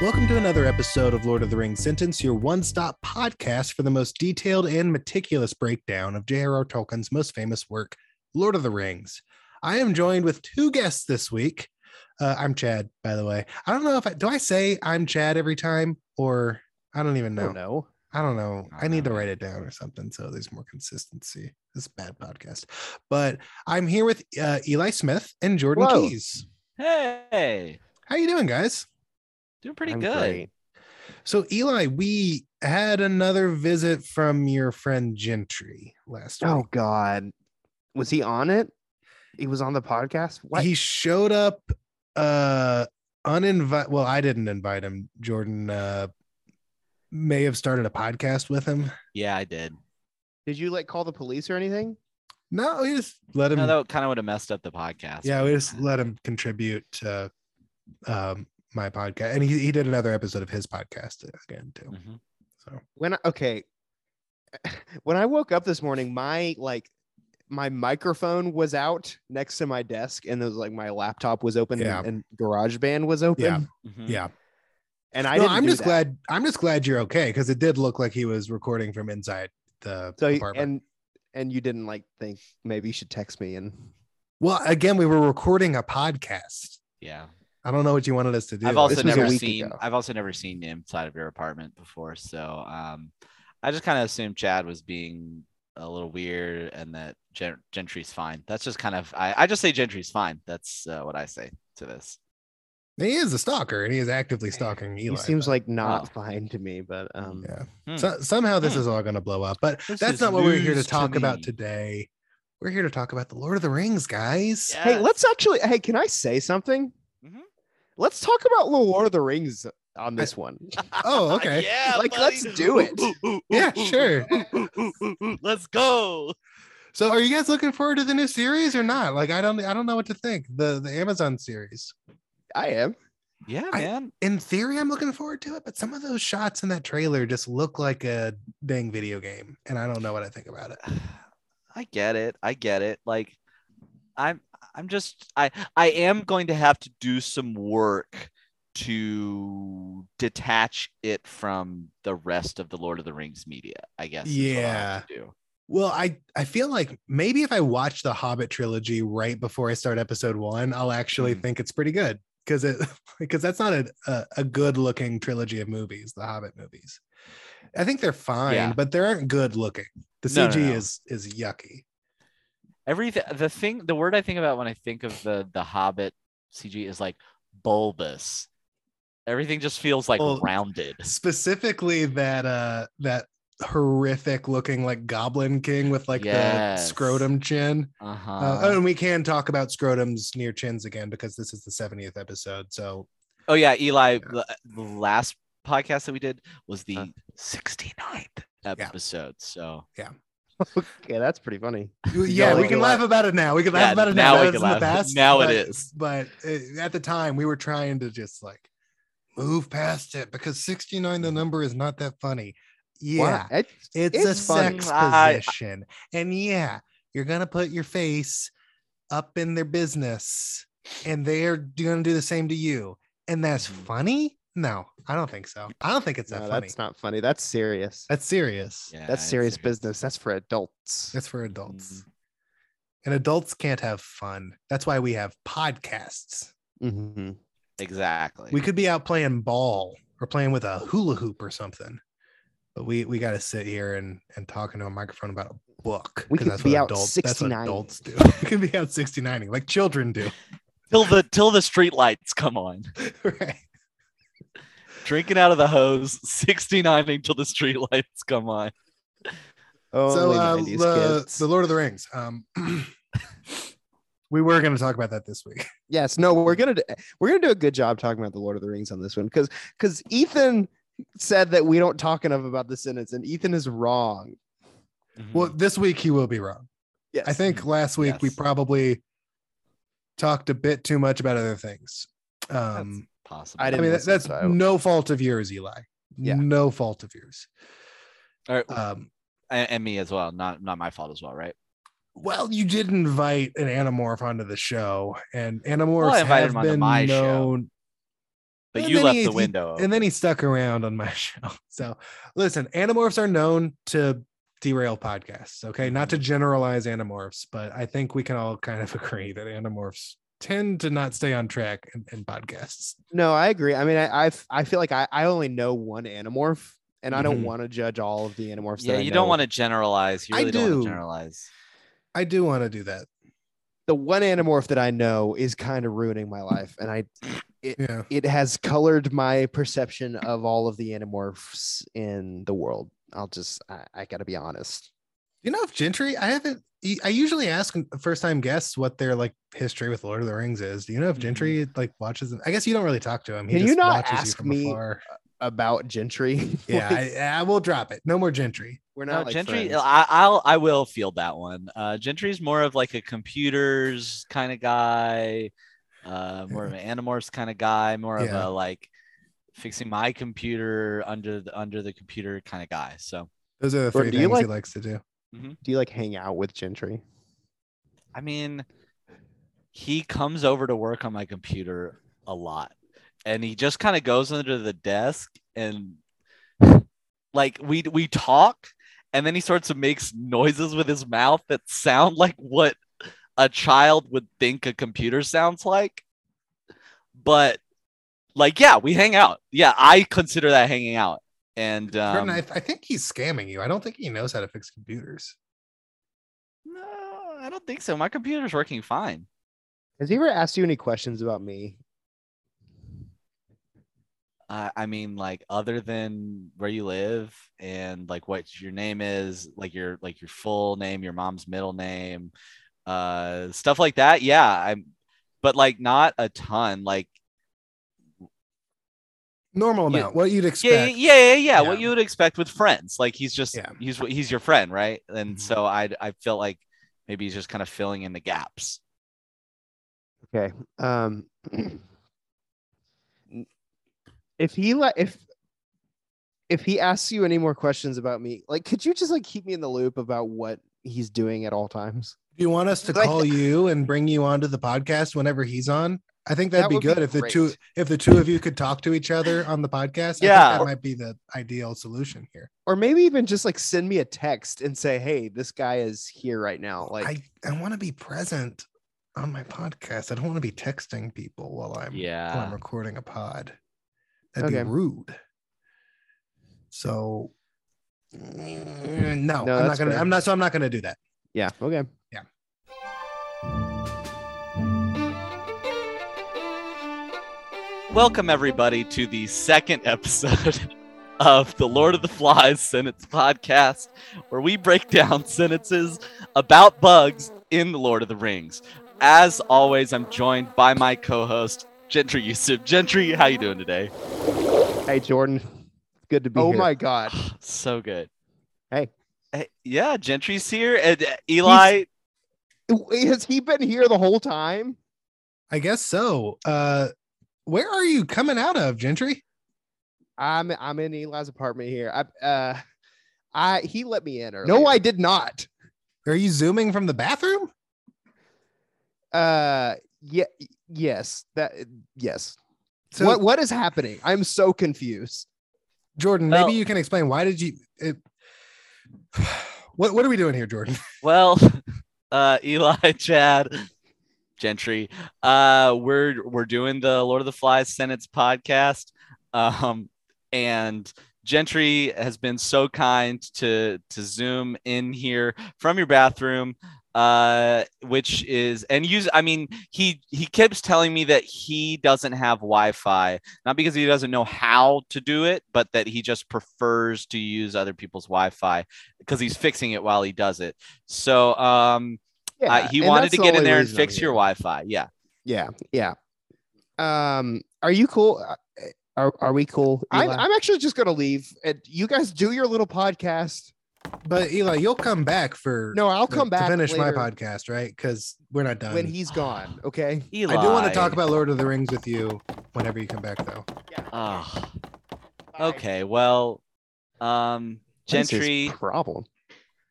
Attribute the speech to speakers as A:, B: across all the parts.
A: Welcome to another episode of Lord of the Rings Sentence, your one stop podcast for the most detailed and meticulous breakdown of J.R.R. Tolkien's most famous work, Lord of the Rings. I am joined with two guests this week. Uh, I'm Chad, by the way. I don't know if I do I say I'm Chad every time or I don't even
B: Oh,
A: know.
B: No, no.
A: I don't know.
B: I
A: I need to
B: know.
A: write it down or something so there's more consistency. This is a bad podcast. But I'm here with uh, Eli Smith and Jordan
B: Hello.
A: Keys.
C: Hey,
A: How you doing, guys?
C: doing pretty
B: I'm
C: good.
B: great.
A: So Eli, we had another visit from your friend Gentry last
B: Oh
A: week.
B: God, was he on it? He was on the podcast. What?
A: He showed up uh uninvite well, I didn't invite him. Jordan uh may have started a podcast with him.
C: Yeah, I did.
B: Did you like call the police or anything?
A: No, we just let him
C: No, that kind of would have messed up the podcast.
A: yeah,
C: but-
A: we just let him contribute to um my podcast. And he, he did another episode of his podcast again
B: Mm.
A: too.
C: Mhm.
A: So
B: When I, okay, when I woke up this morning, my like my microphone was out next to my desk, and it was like my laptop was open,
A: Yeah.
B: and, and GarageBand was open.
A: Yeah.
C: Mhm.
A: yeah.
B: And I
A: No,
B: didn't
A: I'm
B: do
A: just
B: that.
A: glad I'm just glad you're okay because it did look like he was recording from inside the
B: So
A: apartment.
B: and and you didn't like think maybe you should text me and
A: Well, again, we were recording a podcast.
C: yeah.
A: I don't know what you wanted us to do.
C: I've also
B: This was a
C: never
B: week
C: seen.
B: ago.
C: I've also never seen the inside of your apartment before, so um, I just kind of assumed Chad was being a little weird and that Gen- Gentry's fine. That's just kind of. I, I just say Gentry's fine. That's uh, what I say to this.
A: he is a stalker and he is actively stalking Eli.
B: he seems
A: but-
B: like not
C: Oh.
B: fine to me, but um
A: yeah.
C: Hmm.
A: So, somehow this
C: Hmm.
A: is all going to blow up, but
C: This
A: that's
C: is
A: not what we're here to
C: news to
A: talk about
C: me.
A: today. We're here to talk about the Lord of the Rings, guys.
B: Hey,
C: Yes.
B: let's actually. Hey, can I say something?
C: Mhm.
B: Let's talk about Lord of the Rings on this one.
A: Oh, okay.
C: Uh, yeah,
B: Like, let's
C: buddy.
B: do it.
C: Ooh, ooh, ooh,
A: Yeah,
C: ooh,
A: sure.
C: ooh, ooh, ooh, ooh. Let's go.
A: So, are you guys looking forward to the new series or not? Like, I don't, I don't know what to think. The the Amazon series.
B: I am.
C: Yeah,
A: I-
C: man.
A: In theory, I'm looking forward to it, but some of those shots in that trailer just look like a dang video game, and I don't know what I think about it.
C: I get it. I get it. Like I'm I'm just I I am going to have to do some work to detach it from the rest of the Lord of the Rings media, I guess. is what I'll have to do.
A: Well, I I feel like maybe if I watch the Hobbit trilogy right before I start episode one, I'll actually
C: Mm.
A: think it's pretty good because it because that's not a, a a good looking trilogy of movies, the Hobbit movies. I think they're fine,
C: Yeah.
A: but they aren't good looking. The
C: No, no,
A: CG
C: no.
A: is is yucky.
C: Every the thing the word I think about when I think of the the Hobbit CG is like bulbous. Everything just feels like
A: Well,
C: rounded.
A: Specifically, that uh that horrific looking like Goblin King with like the
C: Yes.
A: scrotum chin.
C: Uh-huh.
A: Uh, oh, and we can talk about scrotums near chins again because this is the 70th episode. So
C: Oh yeah, Uh-huh. Eli.
A: Yeah.
C: The the last podcast that we did was the
B: Huh.
C: 69th episode. So
B: Okay, that's pretty funny.
A: Well, yeah, we
B: like
A: can
B: it.
A: laugh about it now. We can laugh
C: Yeah,
A: about it now.
C: now we
A: That
C: can
A: was in the
C: laugh.
A: past.
C: Now it
A: but-
C: is.
A: But uh, at the time, we were trying to just like move past it because 69, the number is not that funny. Yeah,
B: Wow, it's-
A: it's, a
B: it's funny.
A: sex
C: I-
A: position. and yeah, you're going to put your face up in their business and they're going to do the same to you. And that's
C: Mhm.
A: funny? No, I don't think so. I don't think it's
B: no,
A: that funny.
B: that's not funny. That's serious.
A: that's serious.
C: yeah,
B: that's
C: it's
B: serious business. That's for adults.
A: It's for adults.
B: Mm.
C: Mhm.
A: And adults can't have fun. That's why we have podcasts.
B: Mhm.
C: Exactly.
A: We could be out playing ball or playing with a hula hoop or something. But we we gotta sit here and and talk into a microphone about a book.
B: We
A: 'cause
B: could
A: that's
B: be
A: what
B: out
A: adults,
B: 69.
A: That's what adults do. we could be out 69 like children do.
C: till the till the street lights come on.
A: right.
C: Drinking out of the hose, 69 until the street lights come on.
A: so
B: Only
A: uh,
B: 90s
A: the,
B: kids.
A: the Lord of the Rings. Um we were gonna talk about that this week.
B: Yes, no, we're gonna do, we're gonna do a good job talking about the Lord of the Rings on this one because because Ethan said that we don't talk enough about the sentence, and Ethan is wrong.
C: Mm-hmm.
B: Hmm.
A: Well, this week he will be wrong.
B: Yes,
A: I think last week we
C: Yes.
A: probably talked a bit too much about other things. Um,
C: possible.
B: I
A: I
B: didn't
A: mean, that,
B: listen,
A: that's
B: so I-
A: no fault of yours, Eli.
B: Yeah.
A: No fault of yours.
C: All right,
A: Um,
C: and, and me as well. Not not my fault as well, right?
A: well, you did invite an anamorph onto the show, and anamorphs
C: invited
A: have
C: him onto
A: been
C: my show.
A: known.
C: But
A: And
C: you
A: then
C: left
A: he-
C: the
A: he-
C: window.
A: and then he stuck around on my show. So listen, animorphs are known to derail podcasts. Okay. Not
B: Mm-hmm.
A: to generalize animorphs, but I think we can all kind of agree that animorphs tend to not stay on track in, in podcasts.
B: No, I agree. I mean, I I've, I feel like I, I only know one animorph, and I
A: Mhm.
B: don't want to judge all of the animorphs.
C: Mm-hmm. yeah,
B: that I
C: you
B: know.
C: don't want to generalize. You
A: I
C: really don't want
A: do.
C: to generalize.
A: I do want to do that.
B: The one animorph that I know is kind of ruining my life, and I
A: Yeah.
B: it has colored my perception of all of the animorphs in the world. I'll just I, I got to be honest.
A: You know, if Gentry, I haven't, I usually ask first time guests what their like history with Lord of the Rings is. Do you know if Gentry like watches them? I guess you don't really talk to him.
B: Mm-hmm. Can you
A: just
B: not
A: watches
B: ask me-
A: afar.
B: About Gentry,
A: Yeah.
B: Like,
A: I, I will drop it. No more Gentry.
B: we're
C: No,
B: not like
C: Gentry, uh,
B: friends.
C: I, I'll I will field that one. Uh, Gentry's more of like a computers kind of guy, uh, more of an animorphs kind of guy, more
A: Yeah.
C: of a like fixing my computer under the under the computer kind of guy. So
A: Those are the
B: Or
A: three
B: do
A: things
B: you
A: he
B: like-
A: likes to do.
B: Do you like hang out with Gentry?
C: I mean, he comes over to work on my computer a lot, and he just kind of goes under the desk and like we we talk, and then he starts to makes noises with his mouth that sound like what a child would think a computer sounds like. But like, yeah, we hang out. Yeah, I consider that hanging out. And um,
A: Jordan, I, I think he's scamming you. I don't think he knows how to fix computers.
C: no, I don't think so. My computer's working fine.
B: Has he ever asked you any questions about me?
C: Uh, I mean, like other than where you live and like what your name is, like your like your full name, your mom's middle name, uh, stuff like that. Yeah, I'm, but like not a ton. Like
A: Normal
C: Yeah.
A: amount, what you'd
C: yeah,
A: expect.
C: yeah, yeah, yeah, yeah. What
A: Yeah.
C: you would expect with friends. Like he's just
A: Yeah.
C: he's he's your friend, right? And
A: Mhm.
C: so I I felt like maybe he's just kind of filling in the gaps.
B: Okay. Um if he like if if he asks you any more questions about me, like could you just like keep me in the loop about what he's doing at all times?
A: Do you want us to
B: Like-
A: call you and bring you onto the podcast whenever he's on? I think that'd
B: That
A: be
B: would be
A: good if the two
B: great.
A: if the two of you could talk to each other on the podcast. I
C: Yeah.
A: think that might be the ideal solution here.
B: Or maybe even just like send me a text and say, "Hey, this guy is here right now." Like
A: I I want to be present on my podcast. I don't want to be texting people while I'm while I'm
C: Yeah,
A: recording a pod. That'd
B: Okay.
A: be rude. So mm, no,
B: No,
A: I'm not
B: that's
A: gonna.
B: fair.
A: I'm not. So I'm not gonna do that.
B: yeah, okay.
C: Welcome, everybody, to the second episode of the Lord of the Flies Sentence Podcast, where we break down sentences about bugs in the Lord of the Rings. As always, I'm joined by my co-host, Gentry Yusuf. Gentry, how you doing today?
B: Hey Jordan, good to be
A: Oh
B: here. my god.
C: so good.
B: Hey.
C: Hey, yeah, Gentry's here, and uh, Eli.
B: Has he been here the whole time?
A: I guess so. Uh, where are you coming out of, Gentry?
B: I'm I'm in Eli's apartment here. I uh I he let me in earlier. did not.
A: Are you zooming from the bathroom?
B: Uh, yeah, yes, that yes.
A: So,
B: what what is happening? I'm so confused.
A: Jordan,
C: Well-
A: maybe you can explain why did you? It, what What are we doing here, Jordan?
C: Well, uh, Eli, Chad, Gentry, uh, we're we're doing the Lord of the Flies sentence podcast, um, and Gentry has been so kind to to zoom in here from your bathroom, uh, which is and use. I mean, he he keeps telling me that he doesn't have Wi-Fi, not because he doesn't know how to do it, but that he just prefers to use other people's Wi-Fi because he's fixing it while he does it. So um, uh, he
B: and
C: wanted
B: that's
C: to
B: the
C: get in
B: only
C: there and
B: reason I'm
C: fix your
B: here.
C: Wi-Fi. Yeah,
B: Yeah, yeah. Um, are you cool? Uh, Are are we cool? I'm
A: Eli?
B: I'm actually just gonna leave. And you guys do your little podcast.
A: But Eli, you'll come back for
B: No, I'll
A: to-
B: come back
A: to finish my
B: later
A: podcast, right? Because we're not done.
B: when he's gone. Okay.
C: Eli.
A: I do want to talk about Lord of the Rings with you whenever you come back, though.
C: Ugh. okay, well, um,
B: What is his
C: Gentry,
B: problem.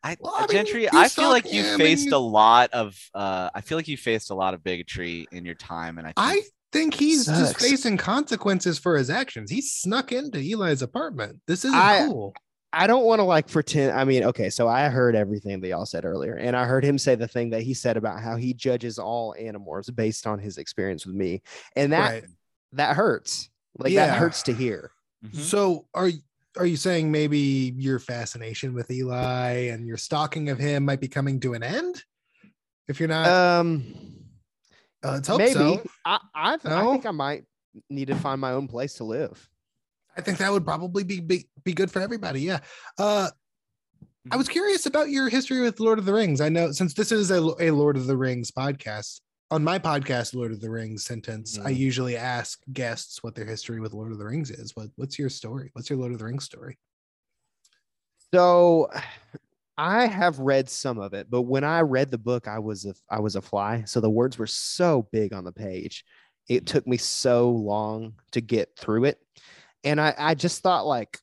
C: I,
A: Well, I mean,
C: Gentry,
A: you
C: I feel
A: saw-
C: like you
A: yeah, I mean,
C: faced
A: you-
C: a lot of, uh, I feel like you faced a lot of bigotry in your time, and I,
A: I
C: think
A: think he's just
B: Sucks.
A: facing consequences for his actions. He snuck into Eli's apartment. This isn't
B: I-
A: cool.
B: I don't want to like pretend. I mean, okay, so I heard everything they all said earlier, and I heard him say the thing that he said about how he judges all animorphs based on his experience with me, and that
A: right.
B: that hurts. Like
A: Yeah.
B: that hurts to hear.
A: Mm-hmm.
C: Mhm.
A: So are y- are you saying maybe your fascination with Eli and your stalking of him might be coming to an end? If you're not,
B: Um,
A: uh, let's hope
B: maybe
A: so.
B: I I, I
A: No?
B: think I might need to find my own place to live.
A: I think that would probably be be, be good for everybody. Yeah. Uh, I
C: Mhm.
A: was curious about your history with Lord of the Rings. I know since this is a, a Lord of the Rings podcast, on my podcast, Lord of the Rings sentence, I
B: Mhm.
A: usually ask guests what their history with Lord of the Rings is. What, what's your story? What's your Lord of the Rings story?
B: So I have read some of it, but when I read the book, I was a I was a fly. So the words were so big on the page. It took me so long to get through it. And I, I just thought like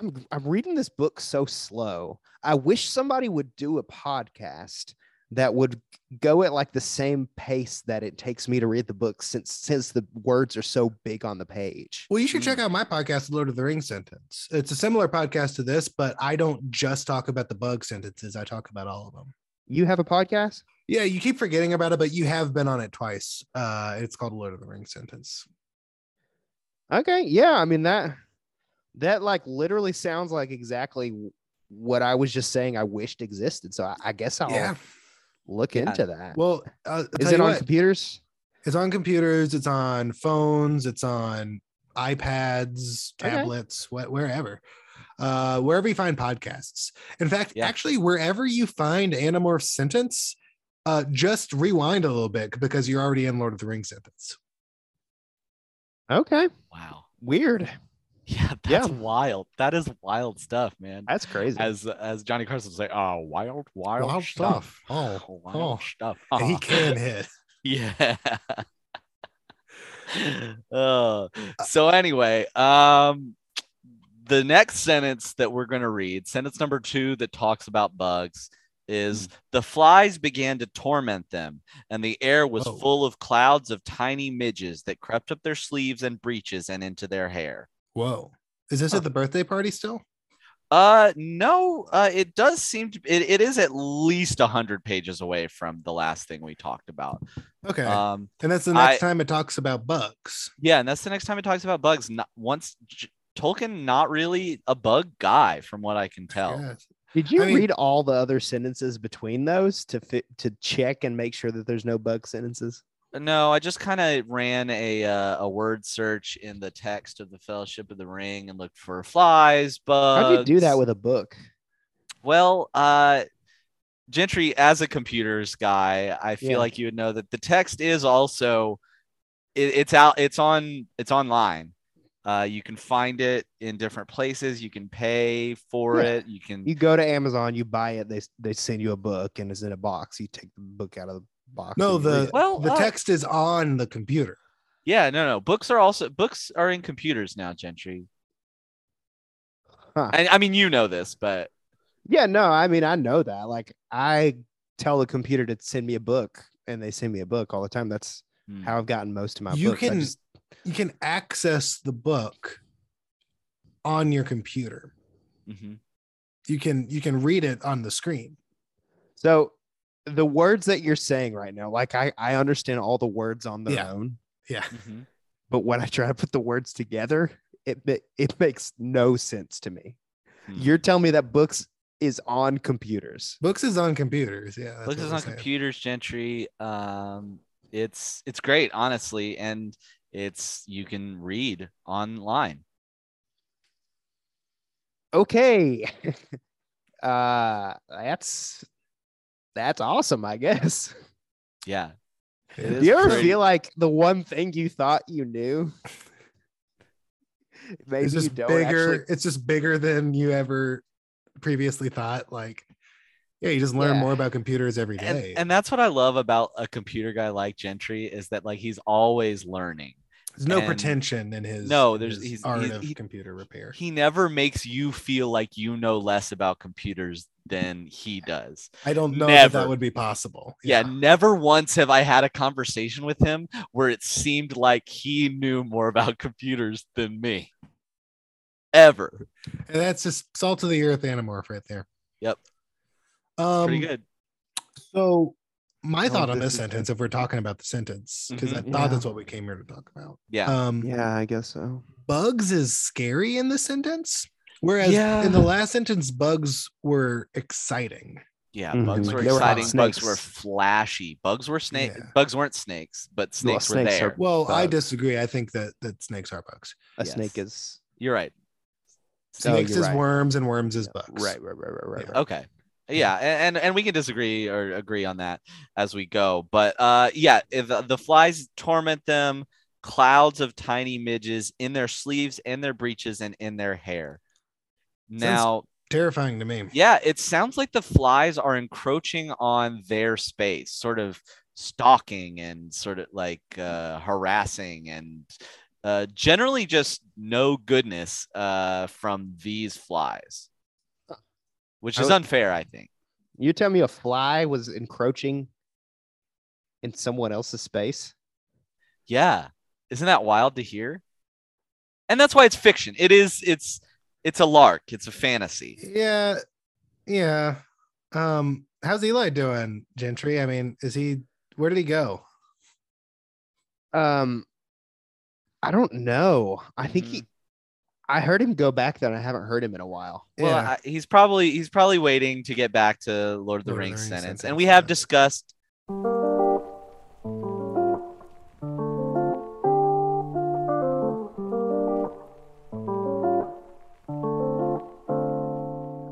B: I'm I'm reading this book so slow. I wish somebody would do a podcast that would go at like the same pace that it takes me to read the book since since the words are so big on the page.
A: Well, you should check out my podcast, Lord of the Rings Sentence. It's a similar podcast to this, but I don't just talk about the bug sentences. I talk about all of them.
B: You have a podcast?
A: Yeah, you keep forgetting about it, but you have been on it twice. Uh, it's called Lord of the Rings Sentence.
B: Okay, yeah, I mean that that like literally sounds like exactly w- what I was just saying I wished existed. So I, I guess I'll
A: Yeah.
B: look
C: Yeah.
B: into that. Oh. Is
A: Well, uh, I'll tell
B: it
A: you
B: on
A: what.
B: computers?
A: It's on computers, it's on phones, it's on iPads,
B: Okay.
A: tablets, wh- wherever. Uh, wherever you find podcasts. In fact,
C: Yeah.
A: actually, wherever you find Animorph Sentence, uh, just rewind a little bit because you're already in Lord of the Rings Sentence.
B: Okay.
C: Wow.
B: Weird.
C: Yeah,
B: Yeah.
C: that's wild. That is wild stuff, man.
B: That's crazy.
C: As as Johnny Carson would say, oh, wild, wild,
A: Wild
C: stuff.
A: stuff.
C: Oh,
A: oh.
C: wild stuff.
A: And he
C: Uh-huh.
A: can hit.
C: Yeah. Uh, so anyway, um the next sentence that we're going to read, sentence number 2 that talks about bugs is the flies began to torment them and the air was
A: Whoa.
C: full of clouds of tiny midges that crept up their sleeves and breeches and into their hair.
A: Whoa. Is this
C: Huh.
A: at the birthday party still?
C: Uh no, uh it does seem to it, it is at least 100 pages away from the last thing we talked about.
A: Okay.
C: Um
A: and that's the
C: I-
A: next time it talks about bugs.
C: Yeah, and that's the next time it talks about bugs. Not once J- Tolkien, not really a bug guy, from what I can tell.
A: Yeah.
B: Did you
A: I mean-
B: read all the other sentences between those to fit to check and make sure that there's no bug sentences?
C: No, I just kind of ran a uh, a word search in the text of the Fellowship of the Ring and looked for flies,
A: Uh,
C: bugs.
B: How do you do that with a book?
C: Well, uh, Gentry, as a computers guy, I feel
B: Yeah.
C: like you would know that the text is also it, it's out, it's on, it's online. Uh, you can find it in different places. You can pay for
B: Yeah.
C: it. You can
B: You go to Amazon, you buy it, they they send you a book and it's in a box. You take the book out of the box.
A: No,
B: and you read
A: the
B: it.
C: Well,
A: the
C: uh,
A: text is on the computer.
C: Yeah, no, no. Books are also books are in computers now, Gentry.
B: Huh.
C: And I mean, you know this, but
B: Yeah, no, I mean, I know that. Like, I tell the computer to send me a book, and they send me a book all the time. That's
C: Hmm.
B: how I've gotten most of my
A: You
B: books. I
A: can-
B: just-
A: you can access the book on your computer
C: Mhm.
A: you can you can read it on the screen
B: so the words that you're saying right now, like I, I understand all the words on their
A: Yeah.
B: own,
A: yeah
C: Mhm.
B: but when I try to put the words together, it ma- it makes no sense to me.
C: Hmm.
B: You're telling me that books is on computers.
A: books is on computers yeah that's
C: books
A: what
C: is
A: we're
C: on
A: saying.
C: computers, Gentry. Um, it's it's great, honestly, and it's you can read online.
B: Okay, uh, that's that's awesome, I guess.
C: Yeah. It
A: Yeah.
C: is
B: Do you ever
C: pretty-
B: feel like the one thing you thought you knew? Maybe
A: it's
B: you
A: just
B: don't
A: bigger
B: actually.
A: it's just bigger than you ever previously thought like yeah you just learn
B: Yeah.
A: more about computers every day
C: and, and that's what I love about a computer guy like Gentry is that like he's always learning.
A: There's no
C: And-
A: pretension in his
C: No,
A: in
C: there's-
A: his
C: he's-
A: art
C: he's-
A: of
C: he-
A: computer repair.
C: He never makes you feel like you know less about computers than he does.
A: I don't know that that
C: never.
A: would be possible.
C: Yeah. never once have I had a conversation with him where it seemed like he knew more about computers than me. Ever.
A: And that's just salt of the earth anamorph right there.
C: Yep.
A: Um,
C: Pretty good.
A: So my
B: Oh,
A: thought on
B: this
A: this
B: is good.
A: sentence, if we're talking about the sentence, because I
C: Mhm.
A: thought
B: Yeah.
A: that's what we came here to talk about.
C: Yeah.
A: Um,
B: Yeah, I guess so.
A: Bugs is scary in this sentence, whereas
C: Yeah.
A: in the last sentence, bugs were exciting.
C: Yeah,
B: Mhm.
C: bugs were
A: They were hot
C: exciting. bugs were
B: snakes.
C: flashy. Bugs were snake.
A: Yeah.
C: Bugs weren't snakes, but snakes were
B: snakes are-
C: there.
A: Well, I
B: Bugs.
A: disagree. I think that that snakes are bugs.
B: A
C: Yes.
B: snake is
C: You're right.
B: Oh,
A: Snakes
B: you're
A: is
B: right.
A: worms, and worms is bugs.
B: right, right, right, right, right.
A: Yeah.
B: right.
C: Okay. Yeah, a- and and we can disagree or agree on that as we go. But uh, yeah, if the, the flies torment them, clouds of tiny midges in their sleeves and their breeches and in their hair. Now,
A: Terrifying to me.
C: yeah, it sounds like the flies are encroaching on their space, sort of stalking and sort of like uh, harassing and uh, generally just no goodness uh, from these flies, which
B: I
C: is
B: would-
C: unfair, I think.
B: You tell me a fly was encroaching in someone else's space?
C: Yeah. Isn't that wild to hear? And that's why it's fiction. It is it's it's a lark, it's a fantasy.
A: Yeah, yeah. Um, how's Eli doing, Gentry? I mean, is he? Where did he go?
B: Um, I don't know. I think he. I heard him go back there, and I haven't heard him in a while.
C: Well,
A: yeah.
C: I, he's probably he's probably waiting to get back to Lord of the
A: Lord of the
C: Rings
A: Rings
C: sentence. And
A: sentence,
C: we have
A: yeah.
C: discussed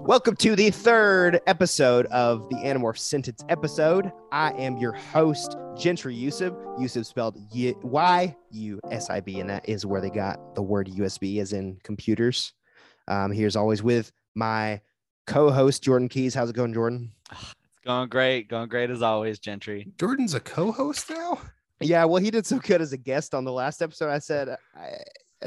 B: Welcome to the third episode of the Animorph Sentence episode. I am your host, Gentry Yusuf. Yusuf spelled Y- Y U S I B, and that is where they got the word USB, as in computers. Um, here's always with my co-host Jordan Keys. How's it going, Jordan?
C: going great, going great as always, Gentry.
A: Jordan's a co-host now.
B: Yeah, well, he did so good as a guest on the last episode. I said, I,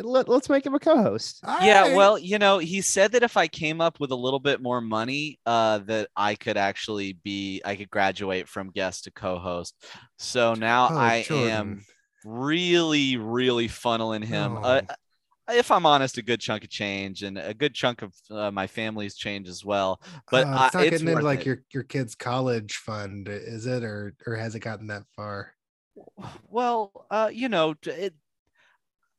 B: let, let's make him a co-host.
C: Yeah,
A: Alright.
C: well, you know, he said that if I came up with a little bit more money, uh, that I could actually be I could graduate from guest to co-host. So now
A: Oh,
C: I
A: Jordan.
C: am really, really funneling him.
A: Oh.
C: Uh, if I'm honest, a good chunk of change and a good chunk of uh, my family's change as well. But
A: Uh,
C: uh,
A: it's not
C: it's
A: getting into
C: worth
A: like
C: it.
A: your your kid's college fund, is it, or or has it gotten that far?
C: Well, uh, you know, t- it,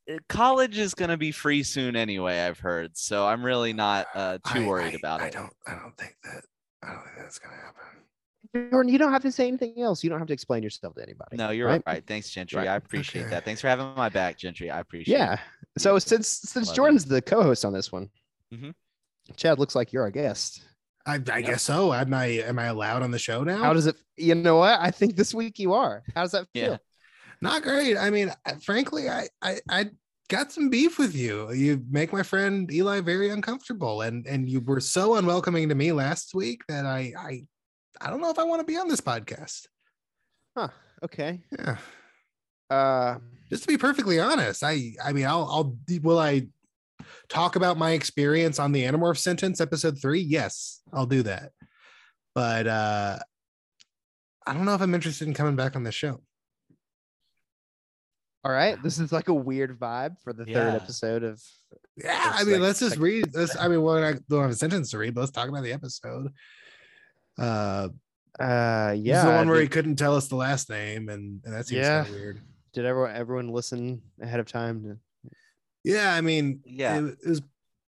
C: it- college is going to be free soon anyway. I've heard, so I'm really not uh, too
A: I-
C: worried
A: I-
C: about
A: I
C: it.
A: don't. I don't think that. I don't think that's gonna happen.
B: Jordan, you don't have to say anything else. You don't have to explain yourself to anybody.
C: No, you're right. Thanks, Gentry.
B: Right.
C: I appreciate
A: Okay.
C: that. Thanks for having my back, Gentry. I appreciate. it.
B: Yeah. So since since
C: Love it.
B: Jordan's the co-host on this one,
C: Mhm.
B: Chad looks like you're our guest.
A: I, I guess so. Am I am I allowed on the show now?
B: How does it? You know what? I think this week you are. How does that
C: Yeah.
B: feel?
A: Not great. I mean, I- frankly, I, I I got some beef with you. You make my friend Eli very uncomfortable, and and you were so unwelcoming to me last week that I I I don't know if I want to be on this podcast.
B: Huh. Okay.
A: Yeah.
B: Uh,
A: Just to be perfectly honest, I I mean, I'll I'll will I talk about my experience on the Animorph sentence episode three? Yes, I'll do that. But uh I don't know if I'm interested in coming back on the show.
B: all right. This is like a weird vibe for the
C: Yeah.
B: third episode of.
A: Yeah, I
B: It's
A: mean,
B: like-
A: let's just
B: like-
A: read. Let's, I mean, well, I don't have a sentence to read, but let's talk about the episode. Uh,
B: Uh,
A: yeah,
B: yeah.
A: the one where he
B: did,
A: couldn't tell us the last name, and, and that seems
B: Yeah.
A: kind of weird.
B: did everyone everyone listen ahead of time? To,
A: Yeah, I mean,
C: Yeah.
A: it, it was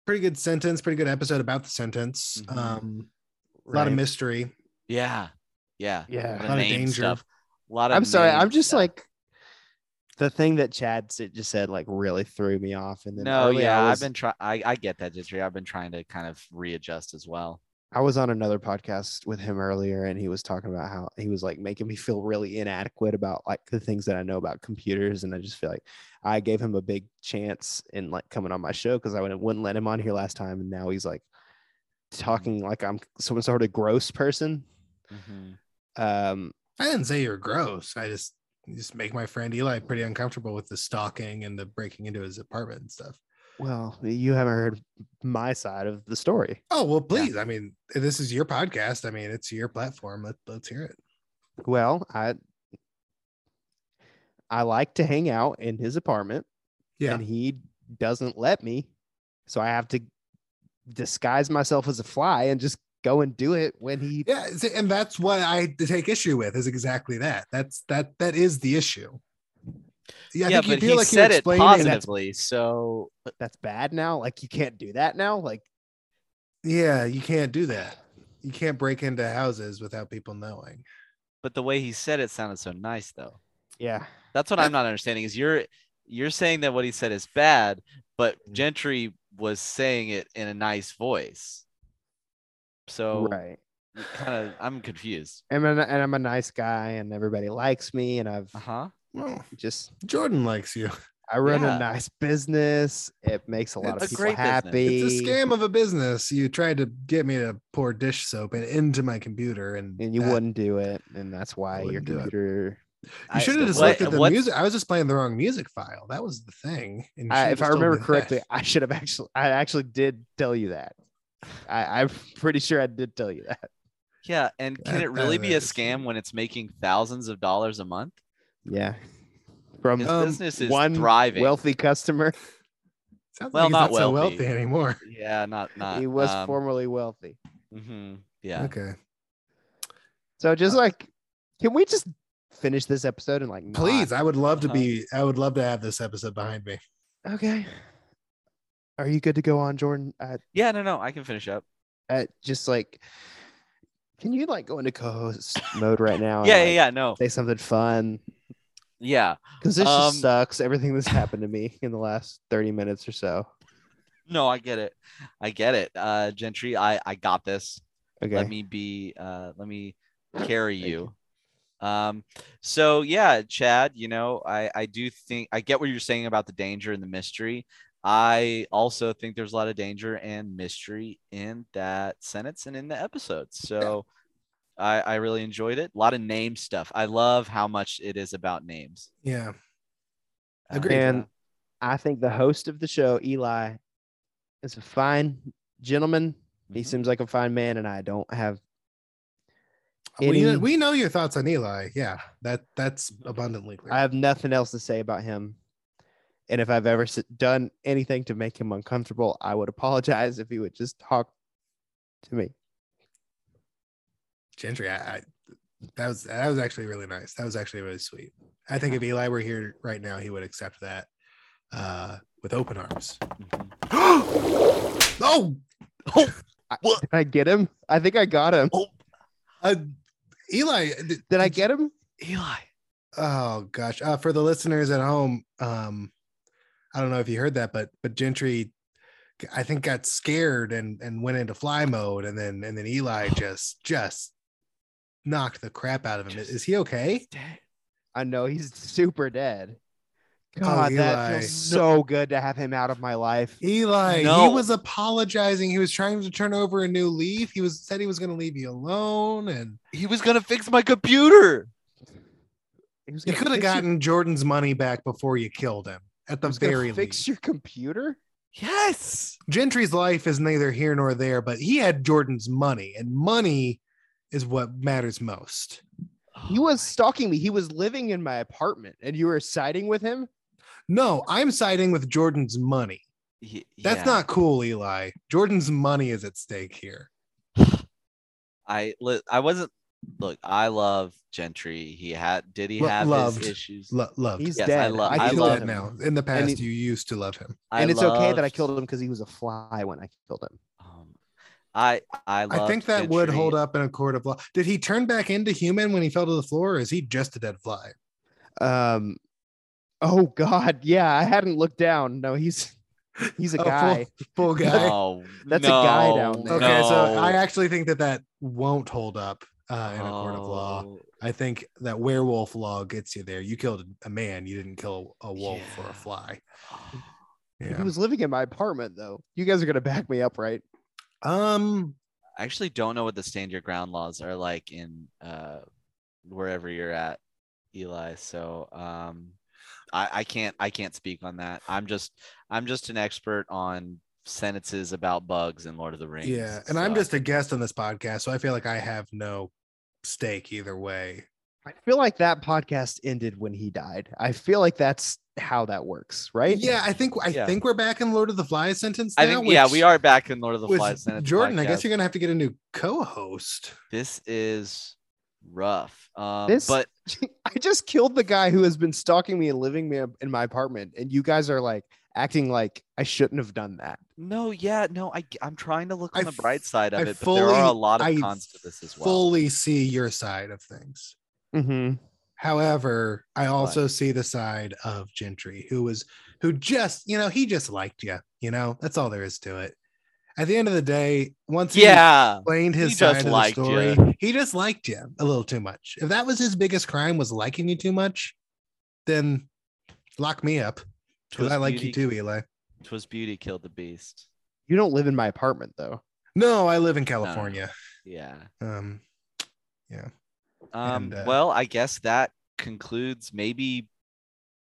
A: pretty good sentence, pretty good episode about the sentence. Um,
C: Mhm.
A: a lot of
B: Mm-hmm. Right.
A: mystery.
C: Yeah. Yeah.
B: Yeah.
C: A
A: lot of
C: name
A: danger.
C: stuff. A lot of
B: I'm sorry.
C: name
B: I'm just
C: stuff.
B: like the thing that Chad s- just said like really threw me off. And then
C: no,
B: early I
C: yeah,
B: was-
C: I've been trying. I get that, Gentry. I've been trying to kind of readjust as well.
B: I was on another podcast with him earlier, and he was talking about how he was like making me feel really inadequate about like the things that I know about computers, and I just feel like I gave him a big chance in like coming on my show because I wouldn't, wouldn't let him on here last time, and now he's like talking like I'm some
A: Mm-hmm.
B: sort of gross person. Um,
A: I didn't say you're gross. I just you just make my friend Eli pretty uncomfortable with the stalking and the breaking into his apartment and stuff.
B: Well, you haven't heard my side of the story.
A: Oh well, please. I mean, this is your podcast. I mean, it's your platform. Let, let's hear it.
B: Well, I I like to hang out in his apartment.
A: Yeah.
B: and he doesn't let me. So I have to disguise myself as a fly and just go and do it when he
A: Yeah, see, and that's what I take issue with is exactly that. That's that that is the issue. Yeah, I
C: yeah,
A: think you
C: but
A: feel
C: he
A: like you
C: said it
A: explained it. and-
C: positively, so
B: that's bad now. Like you can't do that now. Like
A: Yeah, you can't do that. You can't break into houses without people knowing.
C: but the way he said it sounded so nice though.
B: yeah.
C: That's what I'm not understanding is you're you're saying that what he said is bad, but
B: Mhm.
C: Gentry was saying it in a nice voice. So
B: Right.
C: kind of I'm confused.
B: And I'm, and I'm a nice guy and everybody likes me and I've
A: Ah.
C: Uh-huh.
A: Well,
B: just
A: Jordan likes you.
B: I run
C: Yeah.
B: a nice business. It makes a lot
A: It's
B: of
A: a
B: people
C: great business.
B: happy.
A: It's a scam of a business. You tried to get me to pour dish soap and into my computer, and
B: And you
A: that-
B: wouldn't do it, and that's why your
A: wouldn't do it.
B: computer.
A: You
C: I-
A: should have just
C: what-
A: looked at the
C: what's-
A: music. I was just playing the wrong music file. That was the thing. and you should've
B: I, if I
A: just told me
B: remember
A: that.
B: correctly, I should have actually. I actually did tell you that. I, I'm pretty sure I did tell you that.
C: Yeah, and can
A: That-
C: it really
A: that
C: be a
A: is-
C: scam when it's making thousands of dollars a month?
B: Yeah. From
C: His
A: Um,
C: business is
B: one
C: thriving.
B: wealthy customer,
A: sounds
C: well,
A: like he's
C: not
A: not so
C: wealthy.
A: wealthy anymore.
C: yeah, not not.
B: he was
C: um,
B: formerly wealthy.
C: mhm, yeah.
A: Okay,
B: So
C: uh,
B: just like, can we just finish this episode and like, not-
A: please. I would love to
C: Uh-huh.
A: be. I would love to have this episode behind me.
B: Okay. Are you good to go on, Jordan? Uh,
C: Yeah, no, no, I can finish up.
B: uh, just like, can you like go into co-host mode right now? and,
C: Yeah, yeah,
B: like,
C: yeah, no.
B: Say something fun.
C: Yeah.
B: Because this
C: Um,
B: just sucks. Everything that's happened to me in the last 30 minutes or so.
C: No, I get it. I get it. Uh Gentry, I I got this.
B: Okay.
C: Let me be uh let me carry
B: Thank
C: you. Um so yeah, Chad, you know, I I do think I get what you're saying about the danger and the mystery. I also think there's a lot of danger and mystery in that sentence and in the episode. So I I really enjoyed it. A lot of name stuff. I love how much it is about names.
A: Yeah,
C: Uh,
A: Agreed.
B: And I think the host of the show, Eli, is a fine gentleman. He
C: Mhm.
B: seems like a fine man, and I don't have
A: we, know,
B: Any-
A: we know your thoughts on Eli. Yeah, that that's abundantly clear.
B: I have nothing else to say about him. And if I've ever s- done anything to make him uncomfortable, I would apologize if he would just talk to me.
A: Gentry, I, I that was that was actually really nice. That was actually really sweet. I think if Eli were here right now, he would accept that uh, with open arms.
C: Mhm.
A: Oh,
B: Did I get him? I think I got him.
A: uh, Eli, did,
B: Did I get him?
C: Eli.
A: Oh gosh, uh, for the listeners at home, um, I don't know if you heard that, but but Gentry, I think got scared and and went into fly mode, and then and then Eli just just knocked the crap out of him. Is- Is he okay?
C: Dang.
B: I know he's super dead. God,
A: Eli.
B: that feels so good to have him out of my life.
A: Eli,
C: No.
A: he was apologizing. He was trying to turn over a new leaf. He was said he was going to leave you alone, and
C: He was gonna fix my computer.
B: He was
A: you
B: gonna
A: could have
B: fix your-
A: gotten Jordan's money back before you killed him. At the
B: he was gonna
A: very least,
B: fix your computer.
C: Yes.
A: Gentry's life is neither here nor there, but he had Jordan's money, and money is what matters most.
B: He was stalking me. He was living in my apartment, and you were siding with him.
A: No, I'm siding with Jordan's money.
C: Ye-
A: That's
C: yeah.
A: not cool, Eli. Jordan's money is at stake here.
C: I li- I wasn't. Look, I love Gentry. He had. Did he
A: Lo-
C: have
A: loved.
C: his issues?
A: Lo- loved.
B: He's
C: Yes, I
B: dead.
C: love-
A: I,
C: I
A: feel
C: love
A: that
B: him.
A: now. In the
B: And
A: past,
B: he-
A: you used to love him.
C: I
B: and it's okay that I
C: loved-
B: killed him because he was a fly when I killed him.
C: Um, I I
A: I think
C: loved
A: that would
C: Gentry.
A: hold up in a court of law. Did he turn back into human when he fell to the floor, or is he just a dead fly?
B: Um, oh God, yeah, I hadn't looked down. No, he's he's a
A: Oh, full-
B: guy.
A: Full guy.
C: No,
B: That's a guy
C: no,
B: down there.
A: okay, so
C: no.
A: I actually think that that won't hold up uh, in a court of law.
C: Oh,
A: I think that werewolf law gets you there. You killed a man, you didn't kill a wolf or
C: Yeah.
A: a fly.
B: He was living in my apartment though. You guys are gonna back me up, right?
A: Um,
C: I actually don't know what the stand your ground laws are like in uh wherever you're at. Eli. So um, I, I can't I can't speak on that. I'm just I'm just an expert on sentences about bugs in Lord of the Rings.
A: Yeah, and
C: So
A: I'm
C: I
A: just a guest on this podcast, so I feel like I have no stake either way.
B: I feel like that podcast ended when he died. I feel like that's how that works, right?
A: Yeah, I think I
C: Yeah.
A: think we're back in Lord of the Flies sentence.
C: I
A: now,
C: think yeah,
A: which-
C: we are back in Lord of the
A: with
C: Flies. Senate
A: Jordan, I guess
C: podcast.
A: you're gonna have to get a new co-host.
C: this is rough. Um,
B: This-
C: but
B: I just killed the guy who has been stalking me and living me in my apartment, and you guys are like acting like I shouldn't have done that.
C: no, yeah, no. I am trying to look
A: I
C: on the
A: f-
C: bright side of
A: I
C: it, but there are a
A: fully-
C: lot of
A: I
C: cons to this as well.
A: Fully see your side of things.
B: Mm-hmm.
A: However, I also see the side of Gentry, who was who just you know he just liked you. You know that's all there is to it. At the end of the day, once he
C: yeah.
A: explained his
C: He just
A: side of the
C: liked
A: story,
C: ya.
A: he just liked you a little too much. If that was his biggest crime was liking you too much, then lock me up because I like you too, Eli.
C: Twas beauty killed the beast.
B: You don't live in my apartment though.
A: No, I live in California.
C: Yeah.
A: Um,
C: Um,
A: And, uh,
C: well, I guess that concludes maybe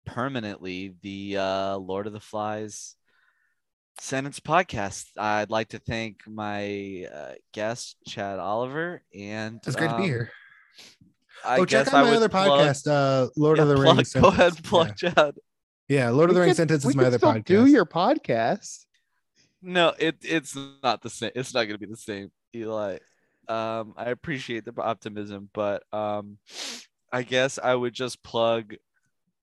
C: permanently the uh, Lord of the Flies sentence podcast. I'd like to thank my uh, guest Chad Oliver, and
A: it's great to be
C: um,
A: here.
C: I
A: oh, check
C: guess
A: out
C: I
A: my
C: would
A: other
C: plug-
A: podcast, uh, Lord of
C: yeah,
A: the
C: plug-
A: Rings.
C: Go
A: Sentence.
C: ahead, plug Chad.
A: Yeah. yeah, Lord of the
B: We
A: Rings
B: could-
A: sentence
B: we
A: is my
B: could
A: other
B: still
A: podcast.
B: Do your podcast.
C: No, it it's not the same. It's not going to be the same, Eli. Um, I appreciate the optimism, but um, I guess I would just plug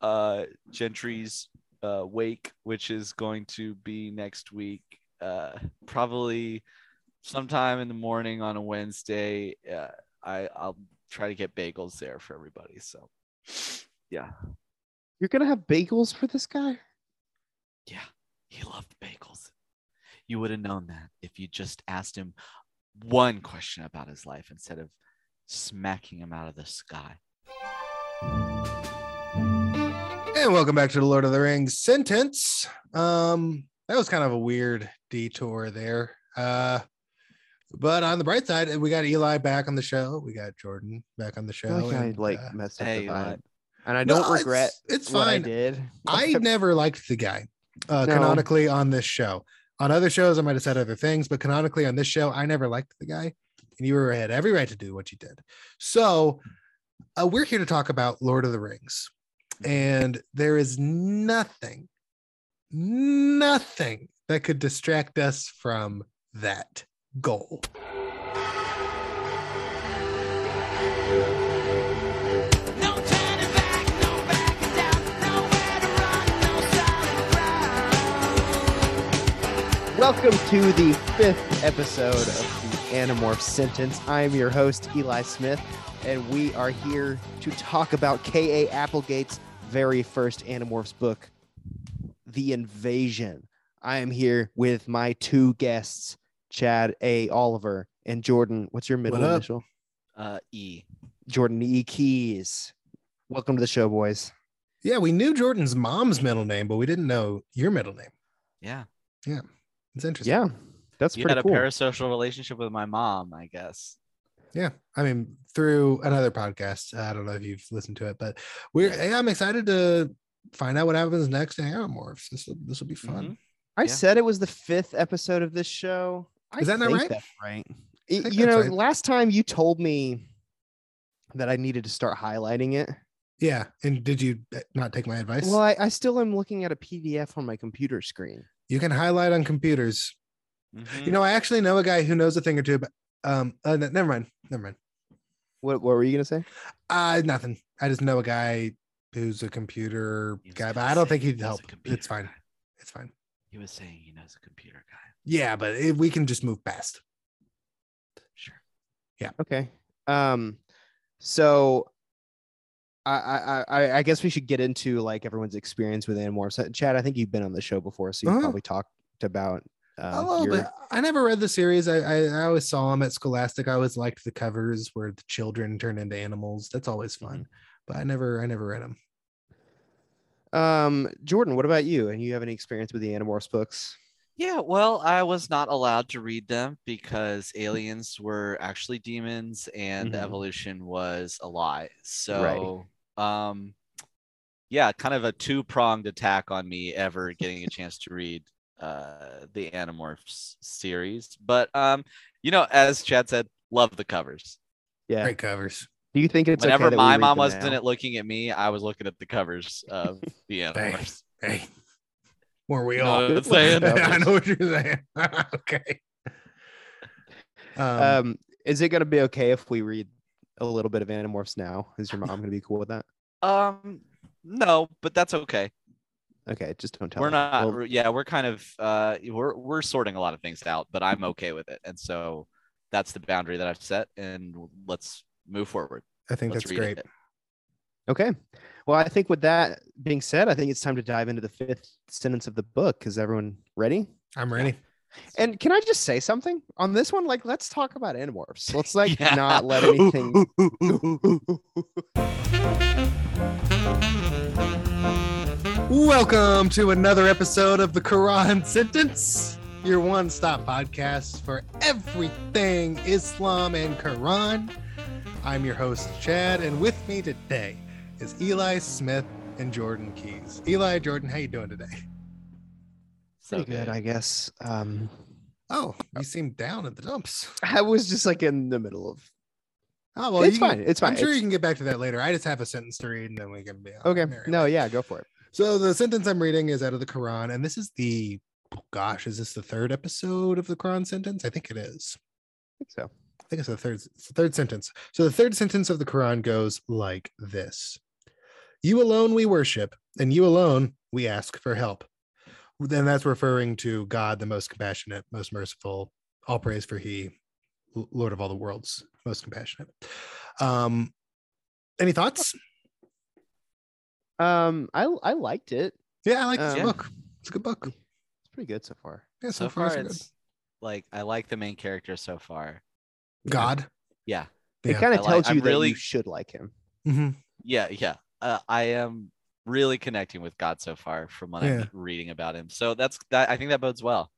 C: uh Gentry's uh wake, which is going to be next week, uh, probably sometime in the morning on a Wednesday. Uh, I I'll try to get bagels there for everybody. So
B: You're gonna have bagels for this guy.
C: yeah, he loved bagels. You would have known that if you just asked him one question about his life instead of smacking him out of the sky.
A: And welcome back to the Lord of the Rings sentence. Um, that was kind of a weird detour there. Uh, but on the bright side, we got Eli back on the show. We got Jordan back on the
B: I
A: show.
B: feel like I
A: and,
B: like
A: uh,
B: messed up
C: hey,
B: the
C: Eli.
B: vibe, and I
A: no,
B: don't regret
A: It's, it's
B: what I
A: fine.
B: did.
A: I never liked the guy uh,
B: No.
A: canonically on this show. On other shows, I might have said other things, but canonically on this show, I never liked the guy. And you were had every right to do what you did. So uh, we're here to talk about Lord of the Rings. And there is nothing, nothing that could distract us from that goal.
D: No turning back, no backing down, nowhere to run, no solid ground.
B: Welcome to the fifth episode of the Animorph Sentence. I am your host, Eli Smith, and we are here to talk about K.A. Applegate's very first Animorphs book, The Invasion. I am here with my two guests, Chad A. Oliver and Jordan. What's your middle
A: What up?
B: initial?
C: Uh, E.
B: Jordan E. Keys. Welcome to the show, boys.
A: Yeah, we knew Jordan's mom's middle name, but we didn't know your middle name.
C: Yeah.
A: It's interesting.
B: Yeah, that's
C: you
B: pretty
C: had a
B: cool.
C: parasocial relationship with my mom, I guess.
A: yeah i mean through another podcast uh, i don't know if you've listened to it but we're yeah, i'm excited to find out what happens next in Animorphs. this will this will be fun
C: Mhm.
B: I
C: Yeah.
B: said it was the fifth episode of this show. I
A: Is that not
B: think
A: right?
B: That's right.
A: I think
B: you
A: that's
B: know,
A: right.
B: last time you told me that I needed to start highlighting it.
A: yeah and did you uh, not take my advice
B: Well, I, I still am looking at a PDF on my computer screen.
A: you can highlight on computers
C: Mm-hmm. Mm.
A: you know i actually know a guy who knows a thing or two but um uh, n- never mind never mind
B: What What were you gonna say?
A: uh nothing i just know a guy who's a computer
C: He was
A: guy but
C: gonna
A: i don't
C: say
A: think
C: he
A: he'd
C: knows a
A: help
C: computer
A: it's fine
C: guy.
A: it's fine
C: He was saying he knows a computer guy.
A: yeah but it, we can just move past
C: Sure.
B: Okay. Um. So, I I I, I guess we should get into like everyone's experience with Animorphs. So, Chad, I think you've been on the show before, so you
A: Uh-huh.
B: probably talked about. Uh,
A: a little
B: your-
A: bit. Oh, I never read the series. I, I I always saw them at Scholastic. I always liked the covers where the children turn into animals. That's always fun. But I never I never read them.
B: Um, Jordan, what about you? And you have any experience with the Animorphs books?
C: Yeah, well, I was not allowed to read them because aliens were actually demons and
B: Mhm.
C: evolution was a lie. So um yeah kind of a two-pronged attack on me ever getting a chance to read uh the animorphs series but um you know as chad said love the covers
B: Yeah.
A: Great covers.
B: Do you think it's
C: whenever
B: okay that we
C: my
B: read
C: mom
B: them
C: wasn't
B: now?
C: it looking at me i was looking at the covers of the animorphs
A: Hey, were we
C: You know
A: all?
C: what I'm saying?
A: I
B: Um,
A: know what you're saying. okay. Um,
B: Um, is it going to be okay if we read a little bit of Animorphs now? Is your mom going to be cool with that?
C: um no but that's okay
B: Okay, just don't tell.
C: we're
B: her.
C: not
B: Well,
C: we're- yeah we're kind of uh we're we're sorting a lot of things out but i'm okay with it and so that's the boundary that i've set and let's move forward
A: I think
C: let's
A: that's
C: read
A: great.
C: it.
B: okay. Well, I think with that being said, I think it's time to dive into the fifth sentence of the book. Is everyone ready?
A: I'm ready.
B: And can I just say something on this one? Like, let's talk about Animorphs. Let's like
C: Yeah.
B: not let anything.
A: Welcome to another episode of the Quran Sentence, your one stop podcast for everything Islam and Quran. I'm your host, Chad, and with me today is Eli Smith and Jordan Keys. Eli, Jordan, how you doing today?
C: so
B: Pretty good, I guess. Um,
A: Oh, you seem down in the dumps.
B: I was just like in the middle of.
A: Oh, well,
B: it's
A: you can-
B: fine. It's fine.
A: I'm sure
B: it's-
A: you can get back to that later. I just have a sentence to read and then we can be on
B: Okay.
A: the merry
B: No, yeah, go for it.
A: So the sentence I'm reading is out of the Quran, and this is the gosh, is this the third episode of the Quran sentence? I think it is.
B: I think so.
A: I think it's the third it's the third sentence. So the third sentence of the Quran goes like this. You alone we worship, and you alone we ask for help. Then that's referring to God, the most compassionate, most merciful. All praise for He, L- Lord of all the worlds, most compassionate. Um, any thoughts?
B: Um, I I liked it.
A: Uh, Yeah, I like this
B: Um,
A: book. It's a good book.
B: It's pretty good so far.
A: Yeah, so,
C: so far
A: far, so good.
C: it's like i like the main character so far
A: God.
C: yeah
A: Yeah.
B: It kind
C: I
B: of
C: like-
B: tells
C: I'm
B: you that
C: really-
B: you should like him.
A: Mm-hmm.
C: yeah yeah uh, i am really connecting with god so far from what
A: Yeah.
C: i'm reading about him so that's that i think that bodes well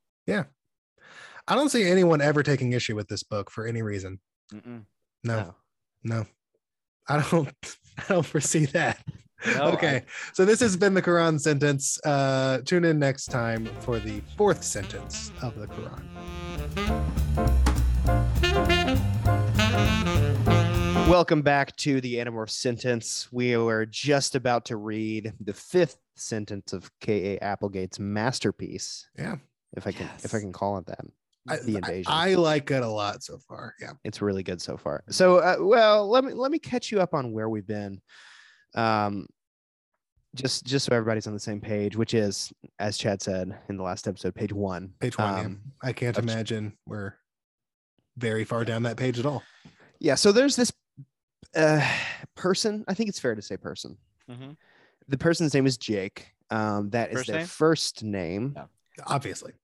A: I don't see anyone ever taking issue with this book for any reason.
C: Mm-mm.
A: No, no, I don't. I don't foresee that.
C: No, I-
A: okay, so this has been the Quran sentence. Uh, tune in next time for the fourth sentence of the Quran.
B: Oh. Welcome back to the Animorph sentence. We were just about to read the fifth sentence of K.A. Applegate's masterpiece.
A: Yeah.
B: If I can if I
C: Yes.
B: can call it that.
A: I,
B: the invasion.
A: I, I like it a lot so far. Yeah.
B: it's really good so far. So, uh, well, let me let me catch you up on where we've been. Um, just just so everybody's on the same page, which is, as Chad said in the last episode, page one.
A: Page one. yeah.
B: Um,
A: I can't
B: of-
A: imagine we're very far down that page at all.
B: yeah. So there's this uh, person. I think it's fair to say person.
C: Mhm.
B: The person's name is Jake. Um, that is
C: First
B: their
C: name?
B: first name.
C: Yeah.
A: Obviously.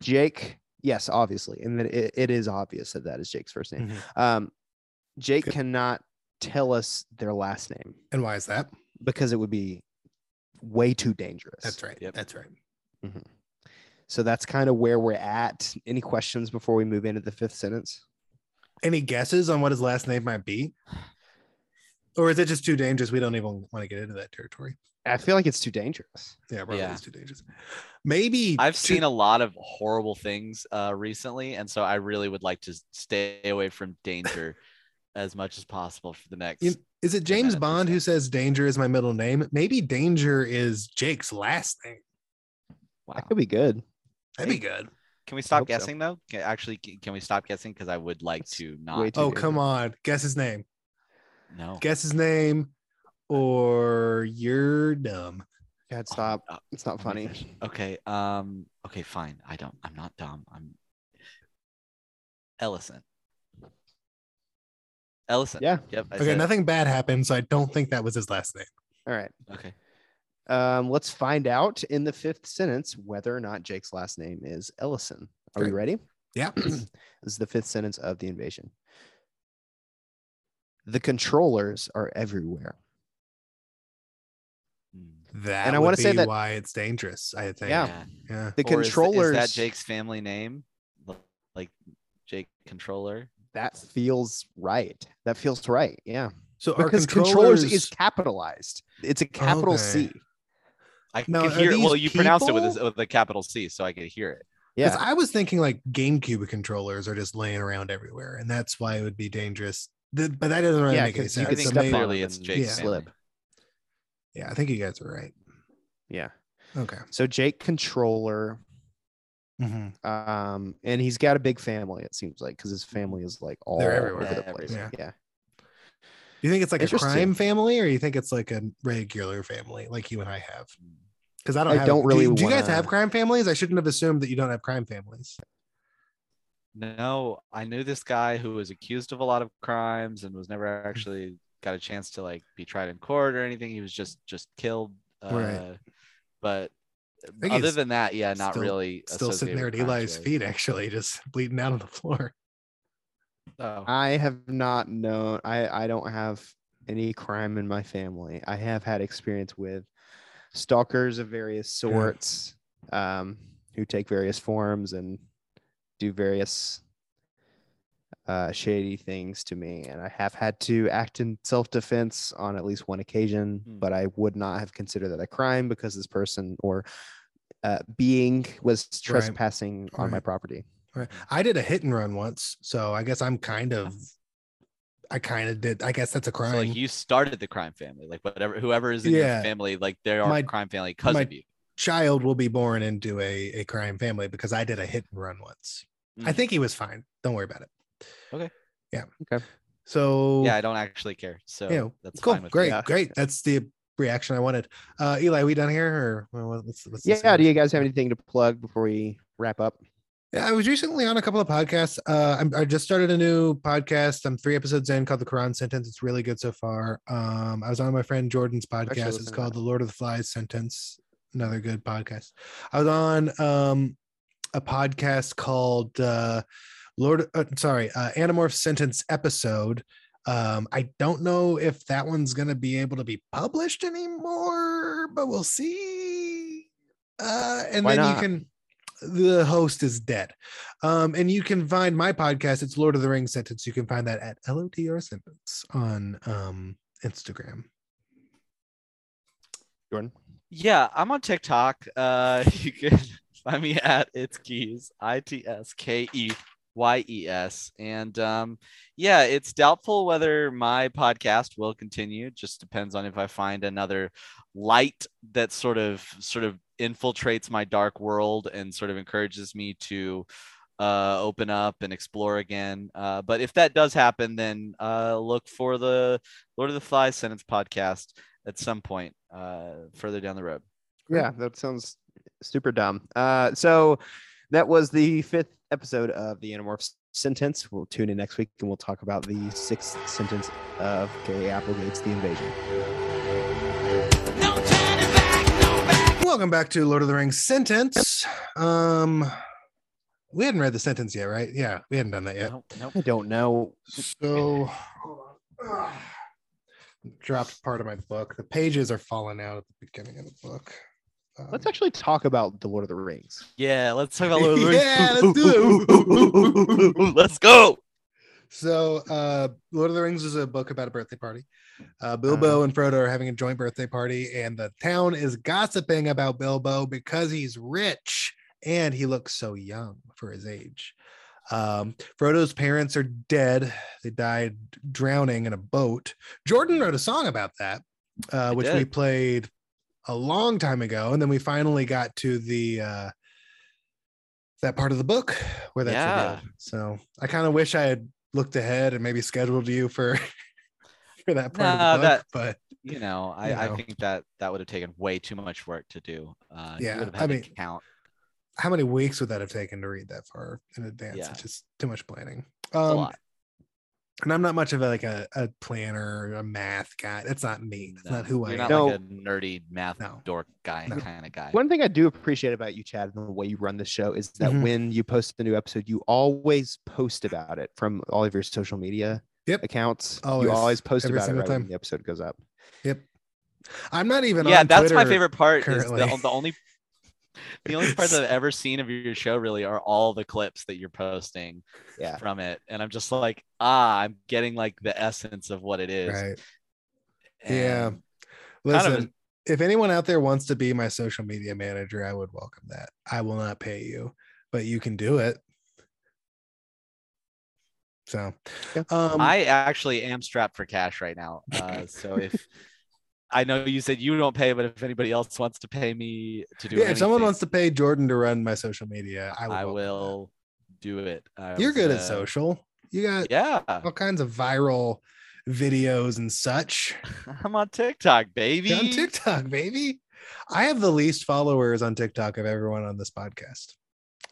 B: Jake. Yes, obviously, and then it, it is obvious that that is Jake's first name.
A: Mhm.
B: Um, Jake
A: Good.
B: cannot tell us their last name.
A: And why is that?
B: because it would be way too dangerous.
A: That's right.
C: Yep.
A: That's right.
B: So that's kind of where we're at. Any questions before we move into the fifth sentence?
A: Any guesses on what his last name might be? Or is it just too dangerous? We don't even want to get into that territory.
B: I feel like it's too dangerous.
A: Yeah, probably
C: Yeah.
A: it's too dangerous. Maybe
C: I've
A: two-
C: seen a lot of horrible things uh, recently, and so I really would like to stay away from danger as much as possible for the next.
A: You- is it
C: Yeah,
A: James
C: that
A: Bond
C: makes
A: who says danger is my middle name? Maybe danger is Jake's last name.
C: wow.
B: That could be good.
A: That'd be good.
C: Can we
B: I
C: stop
B: hope so.
C: guessing though? Can, actually, c- can we stop guessing? Because I would like
B: That's
C: to
B: way
C: not.
B: too-
A: Oh, come on. Guess his name.
C: No.
A: Guess his name or you're dumb.
B: God, stop.
C: oh,
B: It's not
C: oh my
B: funny.
C: gosh. Okay. Um. Okay. Fine. I don't. I'm not dumb. I'm. Ellison. Ellison.
B: Yeah.
C: Yep. I
A: Okay,
C: said it.
A: nothing bad happened, so I don't think that was his last name.
B: All right.
C: Okay.
B: Um, let's find out in the fifth sentence whether or not Jake's last name is Ellison. Are we
A: Great.
B: ready?
A: Yeah.
B: this is the fifth sentence of the invasion. The controllers are everywhere.
C: Mm,
A: That
B: And I
A: would
B: wanna say
A: be
B: that-
A: why it's dangerous, I think.
B: Yeah.
A: Yeah.
B: The
C: Or is-
B: controllers
C: Is, that Jake's family name? L- Like Jake controller.
B: that feels right. That feels right. Yeah.
A: So our
B: because
A: controllers,
B: controllers is capitalized. It's a capital
A: Okay.
B: C.
C: I
A: Now,
C: can
A: are
C: hear.
A: these
C: Well, you pronounced it with
A: people-
C: a, with a capital C, so I could hear it.
A: Because
B: Yeah.
A: I was thinking like GameCube controllers are just laying around everywhere, and that's why it would be dangerous. Th- but that doesn't really
B: yeah,
A: make any
B: because you
A: sense.
B: can
C: so
A: So
B: step
A: maybe-
B: on
C: clearly
B: them
C: it's
B: and
C: Jake's
B: slip.
C: family.
A: yeah, I think you guys are right.
B: Yeah.
A: Okay.
B: So Jake controller,
A: Mhm.
B: um, and he's got a big family. It seems like because his family is like all
A: everywhere.
B: over the
C: Yeah,
B: place.
A: everywhere.
B: Yeah.
A: You think it's like a
B: Interesting.
A: crime family, or you think it's like a regular family, like you and I have? Because I don't.
B: I
A: have,
B: don't
A: do-
B: really
A: Do, you guys
B: wanna-
A: have crime families? I shouldn't have assumed that you don't have crime families.
C: No, I knew this guy who was accused of a lot of crimes and was never
A: Mm.
C: actually got a chance to like be tried in court or anything. He was just just killed. Uh,
A: Right.
C: But
A: think
C: other
A: he's
C: than that, yeah, not
A: still-
C: really.
A: Still sitting
C: associated
A: there
C: with
A: at
C: crimes,
A: Eli's
C: really.
A: feet, actually, just bleeding out on the floor.
C: Oh.
B: I have not known. I I don't have any crime in my family. I have had experience with stalkers of various sorts, um, who take various forms and do various uh, shady things to me. And I have had to act in self defense on at least one occasion,
C: Hmm.
B: but I would not have considered that a crime because this person or uh, being was trespassing on my
A: Right.
B: property.
A: Right. I did a hit and run once, so I guess I'm kind of. I kind of did. I guess that's a crime.
C: So like you started the crime family, like whatever whoever is in
A: Yeah.
C: your family, like they are
A: My-
C: a crime family because
A: my-
C: of you.
A: child will be born into a, a crime family because I did a hit and run once. I
C: Mm.
A: think he was fine. Don't worry about it.
C: Okay.
A: Yeah.
B: Okay.
A: So
C: Yeah, I don't actually care. So
A: Yeah,
C: that's
A: cool.
C: fine with
A: Great.
C: me.
B: Yeah.
A: Great. That's the reaction I wanted. Uh, Eli, we done here or what- what's, what's the
B: Yeah.
A: scenario?
B: Do you guys have anything to plug before we wrap up?
A: Yeah, I was recently on a couple of podcasts. Uh, I'm, I just started a new podcast. I'm three episodes in called The Quran Sentence. It's really good so far. Um, I was on my friend Jordan's
B: actually
A: podcast. It's
B: listened to
A: called
B: that.
A: The Lord of the Flies Sentence. Another good podcast. I was on um, a podcast called uh, Lord, uh, sorry, uh, Animorph Sentence episode. Um, I don't know if that one's going to be able to be published anymore, but we'll see. Uh, and
B: Why
A: then
B: not?
A: you can, the host is dead. Um, and you can find my podcast. It's Lord of the Rings Sentence. You can find that at LOTR Sentence on um, Instagram.
B: Jordan.
C: Yeah, I'm on TikTok. Uh, you can find me at it's keys i t s k e y e s, and um, yeah, it's doubtful whether my podcast will continue. Just depends on if I find another light that sort of sort of infiltrates my dark world and sort of encourages me to uh, open up and explore again. Uh, but if that does happen, then uh, look for the Lord of the Flies sentence podcast at some point uh, further down the road.
A: Great.
B: Yeah, that sounds super dumb. Uh, so that was the fifth episode of the Animorphs sentence. We'll tune in next week and we'll talk about the sixth sentence of Gary Applegate's The Invasion.
D: No turning back, no back.
A: Welcome back to Lord of the Rings Sentence. Um, we hadn't read the sentence yet, right? Yeah, we hadn't done that yet.
C: Nope, nope.
B: I don't know.
A: So hold on. dropped part of my book. The pages are falling out at the beginning of the book. Um,
B: Let's actually talk about The Lord of the Rings.
C: Yeah, let's talk about Lord of the Rings.
A: Yeah, let's
C: Ooh,
A: do it.
C: ooh, ooh, ooh, ooh, ooh, ooh, ooh, ooh. Let's go.
A: So, uh, Lord of the Rings is a book about a birthday party. Uh,
C: Uh-huh.
A: Bilbo and Frodo are having a joint birthday party, and the town is gossiping about Bilbo because he's rich and he looks so young for his age. Um, Frodo's parents are dead, they died drowning in a boat. Jordan wrote a song about that, uh,
C: I
A: which
C: did.
A: we played a long time ago, and then we finally got to the uh, that part of the book where that's
C: Yeah.
A: revealed. So I kind of wish I had looked ahead and maybe scheduled you for for that part
C: Nah,
A: of the book.
C: that-
A: but
C: You know, I,
A: You
C: I
A: know.
C: think that that would have taken way too much work to do. Uh, you
A: Yeah,
C: would have
A: I
C: had to
A: mean-
C: count.
A: how many weeks would that have taken to read that far in advance?
C: Yeah.
A: It's just too much planning.
C: It's
A: Um,
C: a lot.
A: and I'm not much of a, like a, a planner, a math guy. That's not me. That's
C: No,
A: not who I
C: You're
A: am.
C: not
B: No.
C: like a nerdy math
A: No.
C: dork guy
A: No.
C: kind of guy.
B: One thing I do appreciate about you, Chad, and the way you run the show is that
A: Mhm.
B: when you post a new episode, you always post about it from all of your social media
A: Yep.
B: accounts.
A: Always.
B: You always post
A: Every
B: about it
A: single
B: right
A: time.
B: when the episode goes up.
A: I'm not even.
C: yeah,
A: on
C: that's my
A: Twitter.
C: favorite part. Is
A: currently.
C: the, the only The only parts I've ever seen of your show really are all the clips that you're posting
B: Yeah.
C: from it. And I'm just like, ah, I'm getting like the essence of what it is.
A: Right. Yeah.
C: And
A: Listen,
C: kind of a-
A: if anyone out there wants to be my social media manager, I would welcome that. I will not pay you, but you can do it. So,
B: Yeah.
A: um,
C: I actually am strapped for cash right now. Uh, so if I know you said you don't pay, but if anybody else wants to pay me to do
A: yeah, if someone
C: anything,
A: wants to pay Jordan to run my social media, I, would
C: I
A: welcome
C: will do it. I
A: that. You're
C: was,
A: good
C: uh,
A: at social. You got
C: Yeah,
A: all kinds of viral videos and such.
C: I'm on TikTok, baby.
A: You're on TikTok, baby. I have the least followers on TikTok of everyone on this podcast.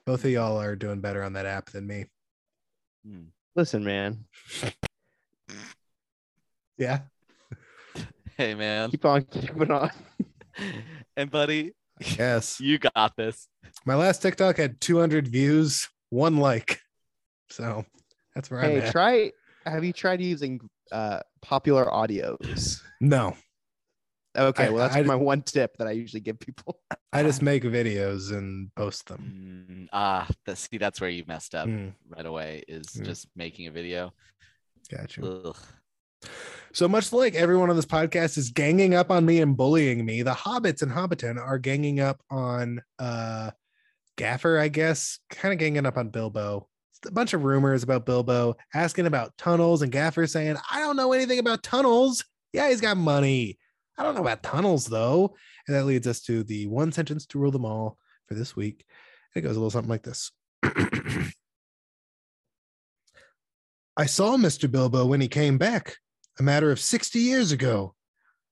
A: Both of y'all are doing better on that app than me.
C: Hmm.
B: Listen, man,
A: Yeah.
C: Hey, man.
B: keep on keeping on.
C: and buddy,
A: Yes.
C: you got this.
A: My last TikTok had 200 views, one like. So that's where I'm
B: Hey,
A: at.
B: try. Have you tried using uh, popular audios?
A: no,
B: Okay,
A: I-
B: well that's
A: I-
B: my one tip that I usually give people.
A: I just make videos and post them.
C: Mm, ah, that, see, that's where you messed up
A: Mm,
C: right away. Is
A: Yeah.
C: just making a video.
A: gotcha.
C: Ugh.
A: So much like everyone on this podcast is ganging up on me and bullying me, the hobbits and Hobbiton are ganging up on uh Gaffer, I guess, kind of ganging up on Bilbo. A bunch of rumors about Bilbo asking about tunnels, and Gaffer saying, I don't know anything about tunnels. Yeah, he's got money. I don't know about tunnels though. And that leads us to the one sentence to rule them all for this week. It goes a little something like this. I saw Mr. Bilbo when he came back a matter of 60 years ago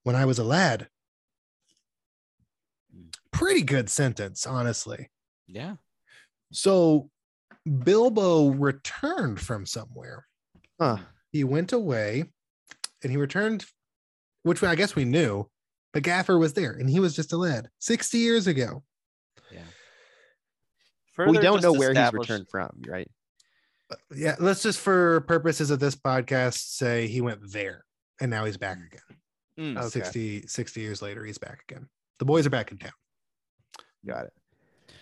A: when I was a lad. Pretty good sentence, honestly.
C: Yeah.
A: So Bilbo returned from somewhere.
B: Huh.
A: He went away and he returned, which I guess we knew, but Gaffer was there and he was just a lad 60 years ago.
B: We
C: Further
B: don't
C: just
B: know where he's
C: establish-
B: returned from, right?
A: Yeah, let's just for purposes of this podcast say he went there and now he's back again.
C: Mm.
B: Okay.
A: 60, 60 years later, he's back again. The boys are back in town.
B: Got it.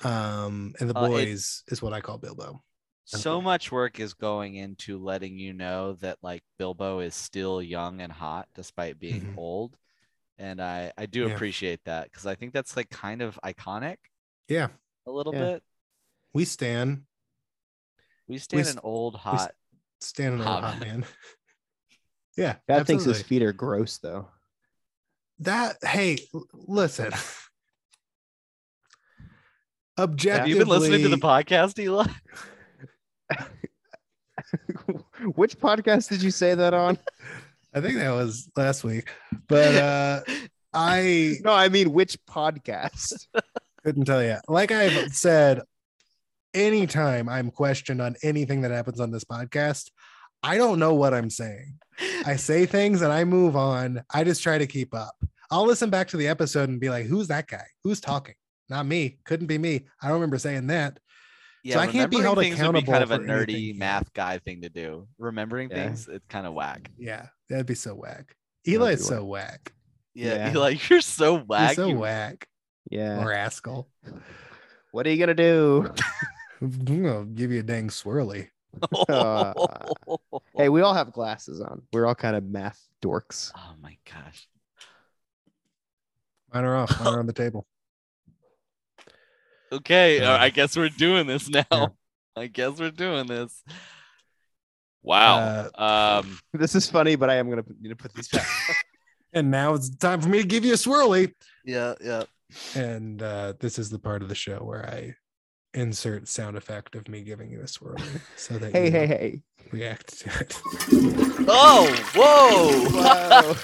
A: Um, and the
C: Uh, it-
A: boys is what I call Bilbo.
C: so
A: Okay.
C: much work is going into letting you know that like Bilbo is still young and hot despite being
A: Mhm.
C: old. And I I do
A: Yeah.
C: appreciate that because I think that's like kind of iconic
A: Yeah,
C: a little
B: Yeah.
C: bit.
A: we stand,
C: We stand
A: s-
C: an old hot.
A: stand an old hot
C: Hobbit.
A: man. yeah,
B: Dad thinks his
A: absolutely.
B: feet are gross though.
A: that. Hey, l- listen.
C: Have
A: Objectively,
C: you been listening to the podcast, Eli?
B: Which podcast did you say that on?
A: I think that was last week, but uh, I
B: No, I mean which podcast?
A: couldn't tell you. Like I've said, anytime I'm questioned on anything that happens on this podcast, I don't know what I'm saying. I say things and I move on. I just try to keep up. I'll listen back to the episode and be like, who's that guy? Who's talking? Not me. Couldn't be me. I don't remember saying that.
C: Yeah,
A: I can't be
C: remembering
A: held
C: things would be kind of
A: accountable
C: a
A: for
C: nerdy
A: anything.
C: math guy thing to do. Remembering
B: Yeah.
C: things, it's kind of whack.
A: Yeah, that'd be so whack.
B: would
A: Eli's
B: be
A: so whack.
C: Yeah,
B: Yeah.
C: Eli, you're so whack.
A: He's so
C: you-
A: whack.
B: Yeah.
A: Rascal.
B: What are you gonna do?
A: I'm gonna give you a dang swirly.
B: Uh, hey, we all have glasses on. We're all kind of math dorks.
C: Oh my gosh.
A: Mine are off. Mine are on the table.
C: Okay, uh,
A: Yeah.
C: I guess we're doing this now.
A: Yeah.
C: I guess we're doing this. Wow.
B: Uh,
C: um,
B: This is funny, but I am gonna need to put these back.
A: And now it's time for me to give you a swirly.
C: yeah, yeah.
A: And uh, this is the part of the show where I insert sound effect of me giving you a swirly so that
B: hey,
A: you
B: hey, hey.
A: react to it.
C: Oh, whoa!
B: Whoa.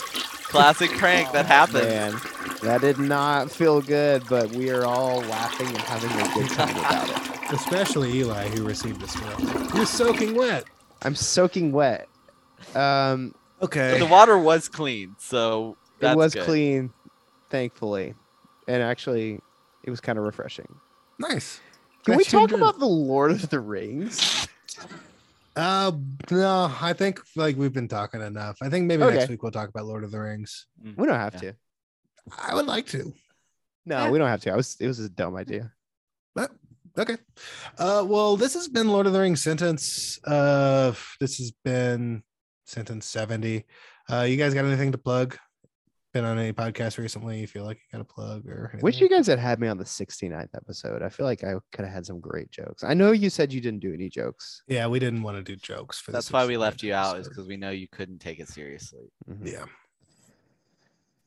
C: Classic prank that happened.
B: Man, that did not feel good, but we are all laughing and having a good time about it.
A: Especially Eli, who received a swirly. You're soaking wet.
B: I'm soaking wet. Um,
A: Okay.
C: The water was clean, so that's
B: it was
C: good.
B: clean, thankfully, and actually, it was kind of refreshing.
A: Nice.
B: Can we
A: That's your
B: talk
A: good.
B: about the Lord of the Rings?
A: Uh, no, I think like we've been talking enough. I think maybe next
B: Okay.
A: week we'll talk about Lord of the Rings.
C: Mm.
B: We don't have
C: Yeah.
B: to.
A: I would like to.
B: No, we don't have to. I was. It was a dumb idea.
A: Okay. Uh, well, this has been Lord of the Rings sentence. Uh, this has been sentence 70. Uh, you guys got anything to plug? Been on any podcasts recently? You feel like you got a plug or anything?
B: Wish you guys had had me on the 69th episode. I feel like I could have had some great jokes. I know you said you didn't do any jokes.
A: Yeah, we didn't want to do jokes. For
C: That's
A: this
C: why we
A: episode.
C: left you out, is
A: So,
C: because we know you couldn't take it seriously.
B: Mhm.
A: yeah.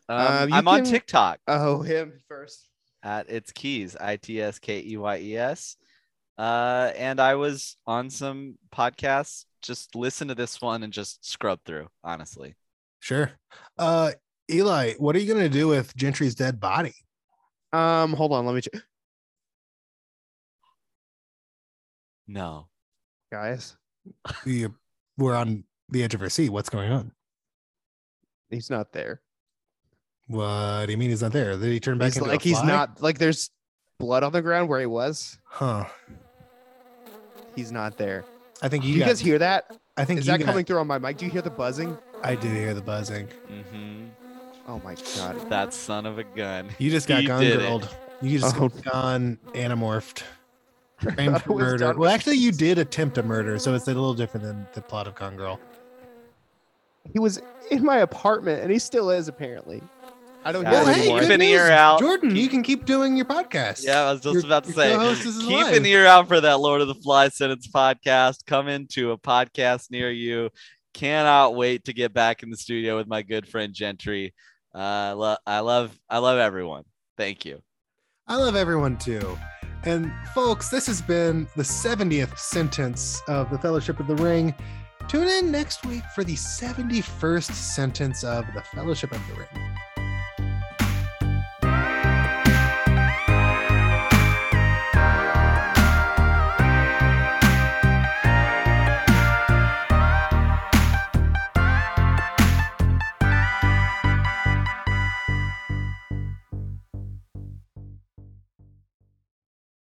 C: Um,
B: Um, you
C: I'm on
B: can-
C: TikTok
B: Oh, him first.
C: at its keys, I T S K E Y E S. Uh, and I was on some podcasts. Just listen to this one and just scrub through, honestly.
A: Sure. Uh, Eli, what are you going to do with Gentry's dead body?
B: Um, hold on, let me check.
C: No.
B: Guys,
A: You, we're on the edge of our seat. What's going on?
B: he's not there.
A: What do you mean he's not there? Did he turn back
B: He's
A: into a
B: like he's
A: fly?
B: not like there's blood on the ground where he was.
A: Huh.
B: He's not there.
A: I think
B: Do
A: you,
B: you
A: got-
B: guys hear that?
A: I think
B: Is
A: you
B: that
A: got-
B: coming through on my mic? Do you hear the buzzing?
A: I do hear the buzzing.
C: Mm-hmm.
B: Oh my god.
C: That son of a gun.
A: You just got
C: He
A: gone
C: did it.
A: girled. You just
B: Oh.
A: got gone anamorphed. Framed
B: thought
A: for
B: it was
A: murder.
B: done
A: Well,
B: with-
A: actually, you did attempt a murder, so it's a little different than the plot of Gone Girl.
B: He was in my apartment and he still is apparently. I don't
C: Yeah,
B: hear
C: Well,
B: him
C: hey,
B: anymore.
C: good- Keep an ear out.
A: Jordan. You
C: Keep-
A: can keep doing your podcast.
C: Yeah, I was just
A: Your-
C: about to
A: your
C: say,
A: co-host is
C: keep
A: alive.
C: an ear out for that Lord of the Flies sentence podcast. Come into a podcast near you. Cannot wait to get back in the studio with my good friend Gentry. Uh, lo- I love, I love everyone. Thank you.
A: I love everyone too. And folks, this has been the 70th sentence of the Fellowship of the Ring. Tune in next week for the 71st sentence of the Fellowship of the Ring.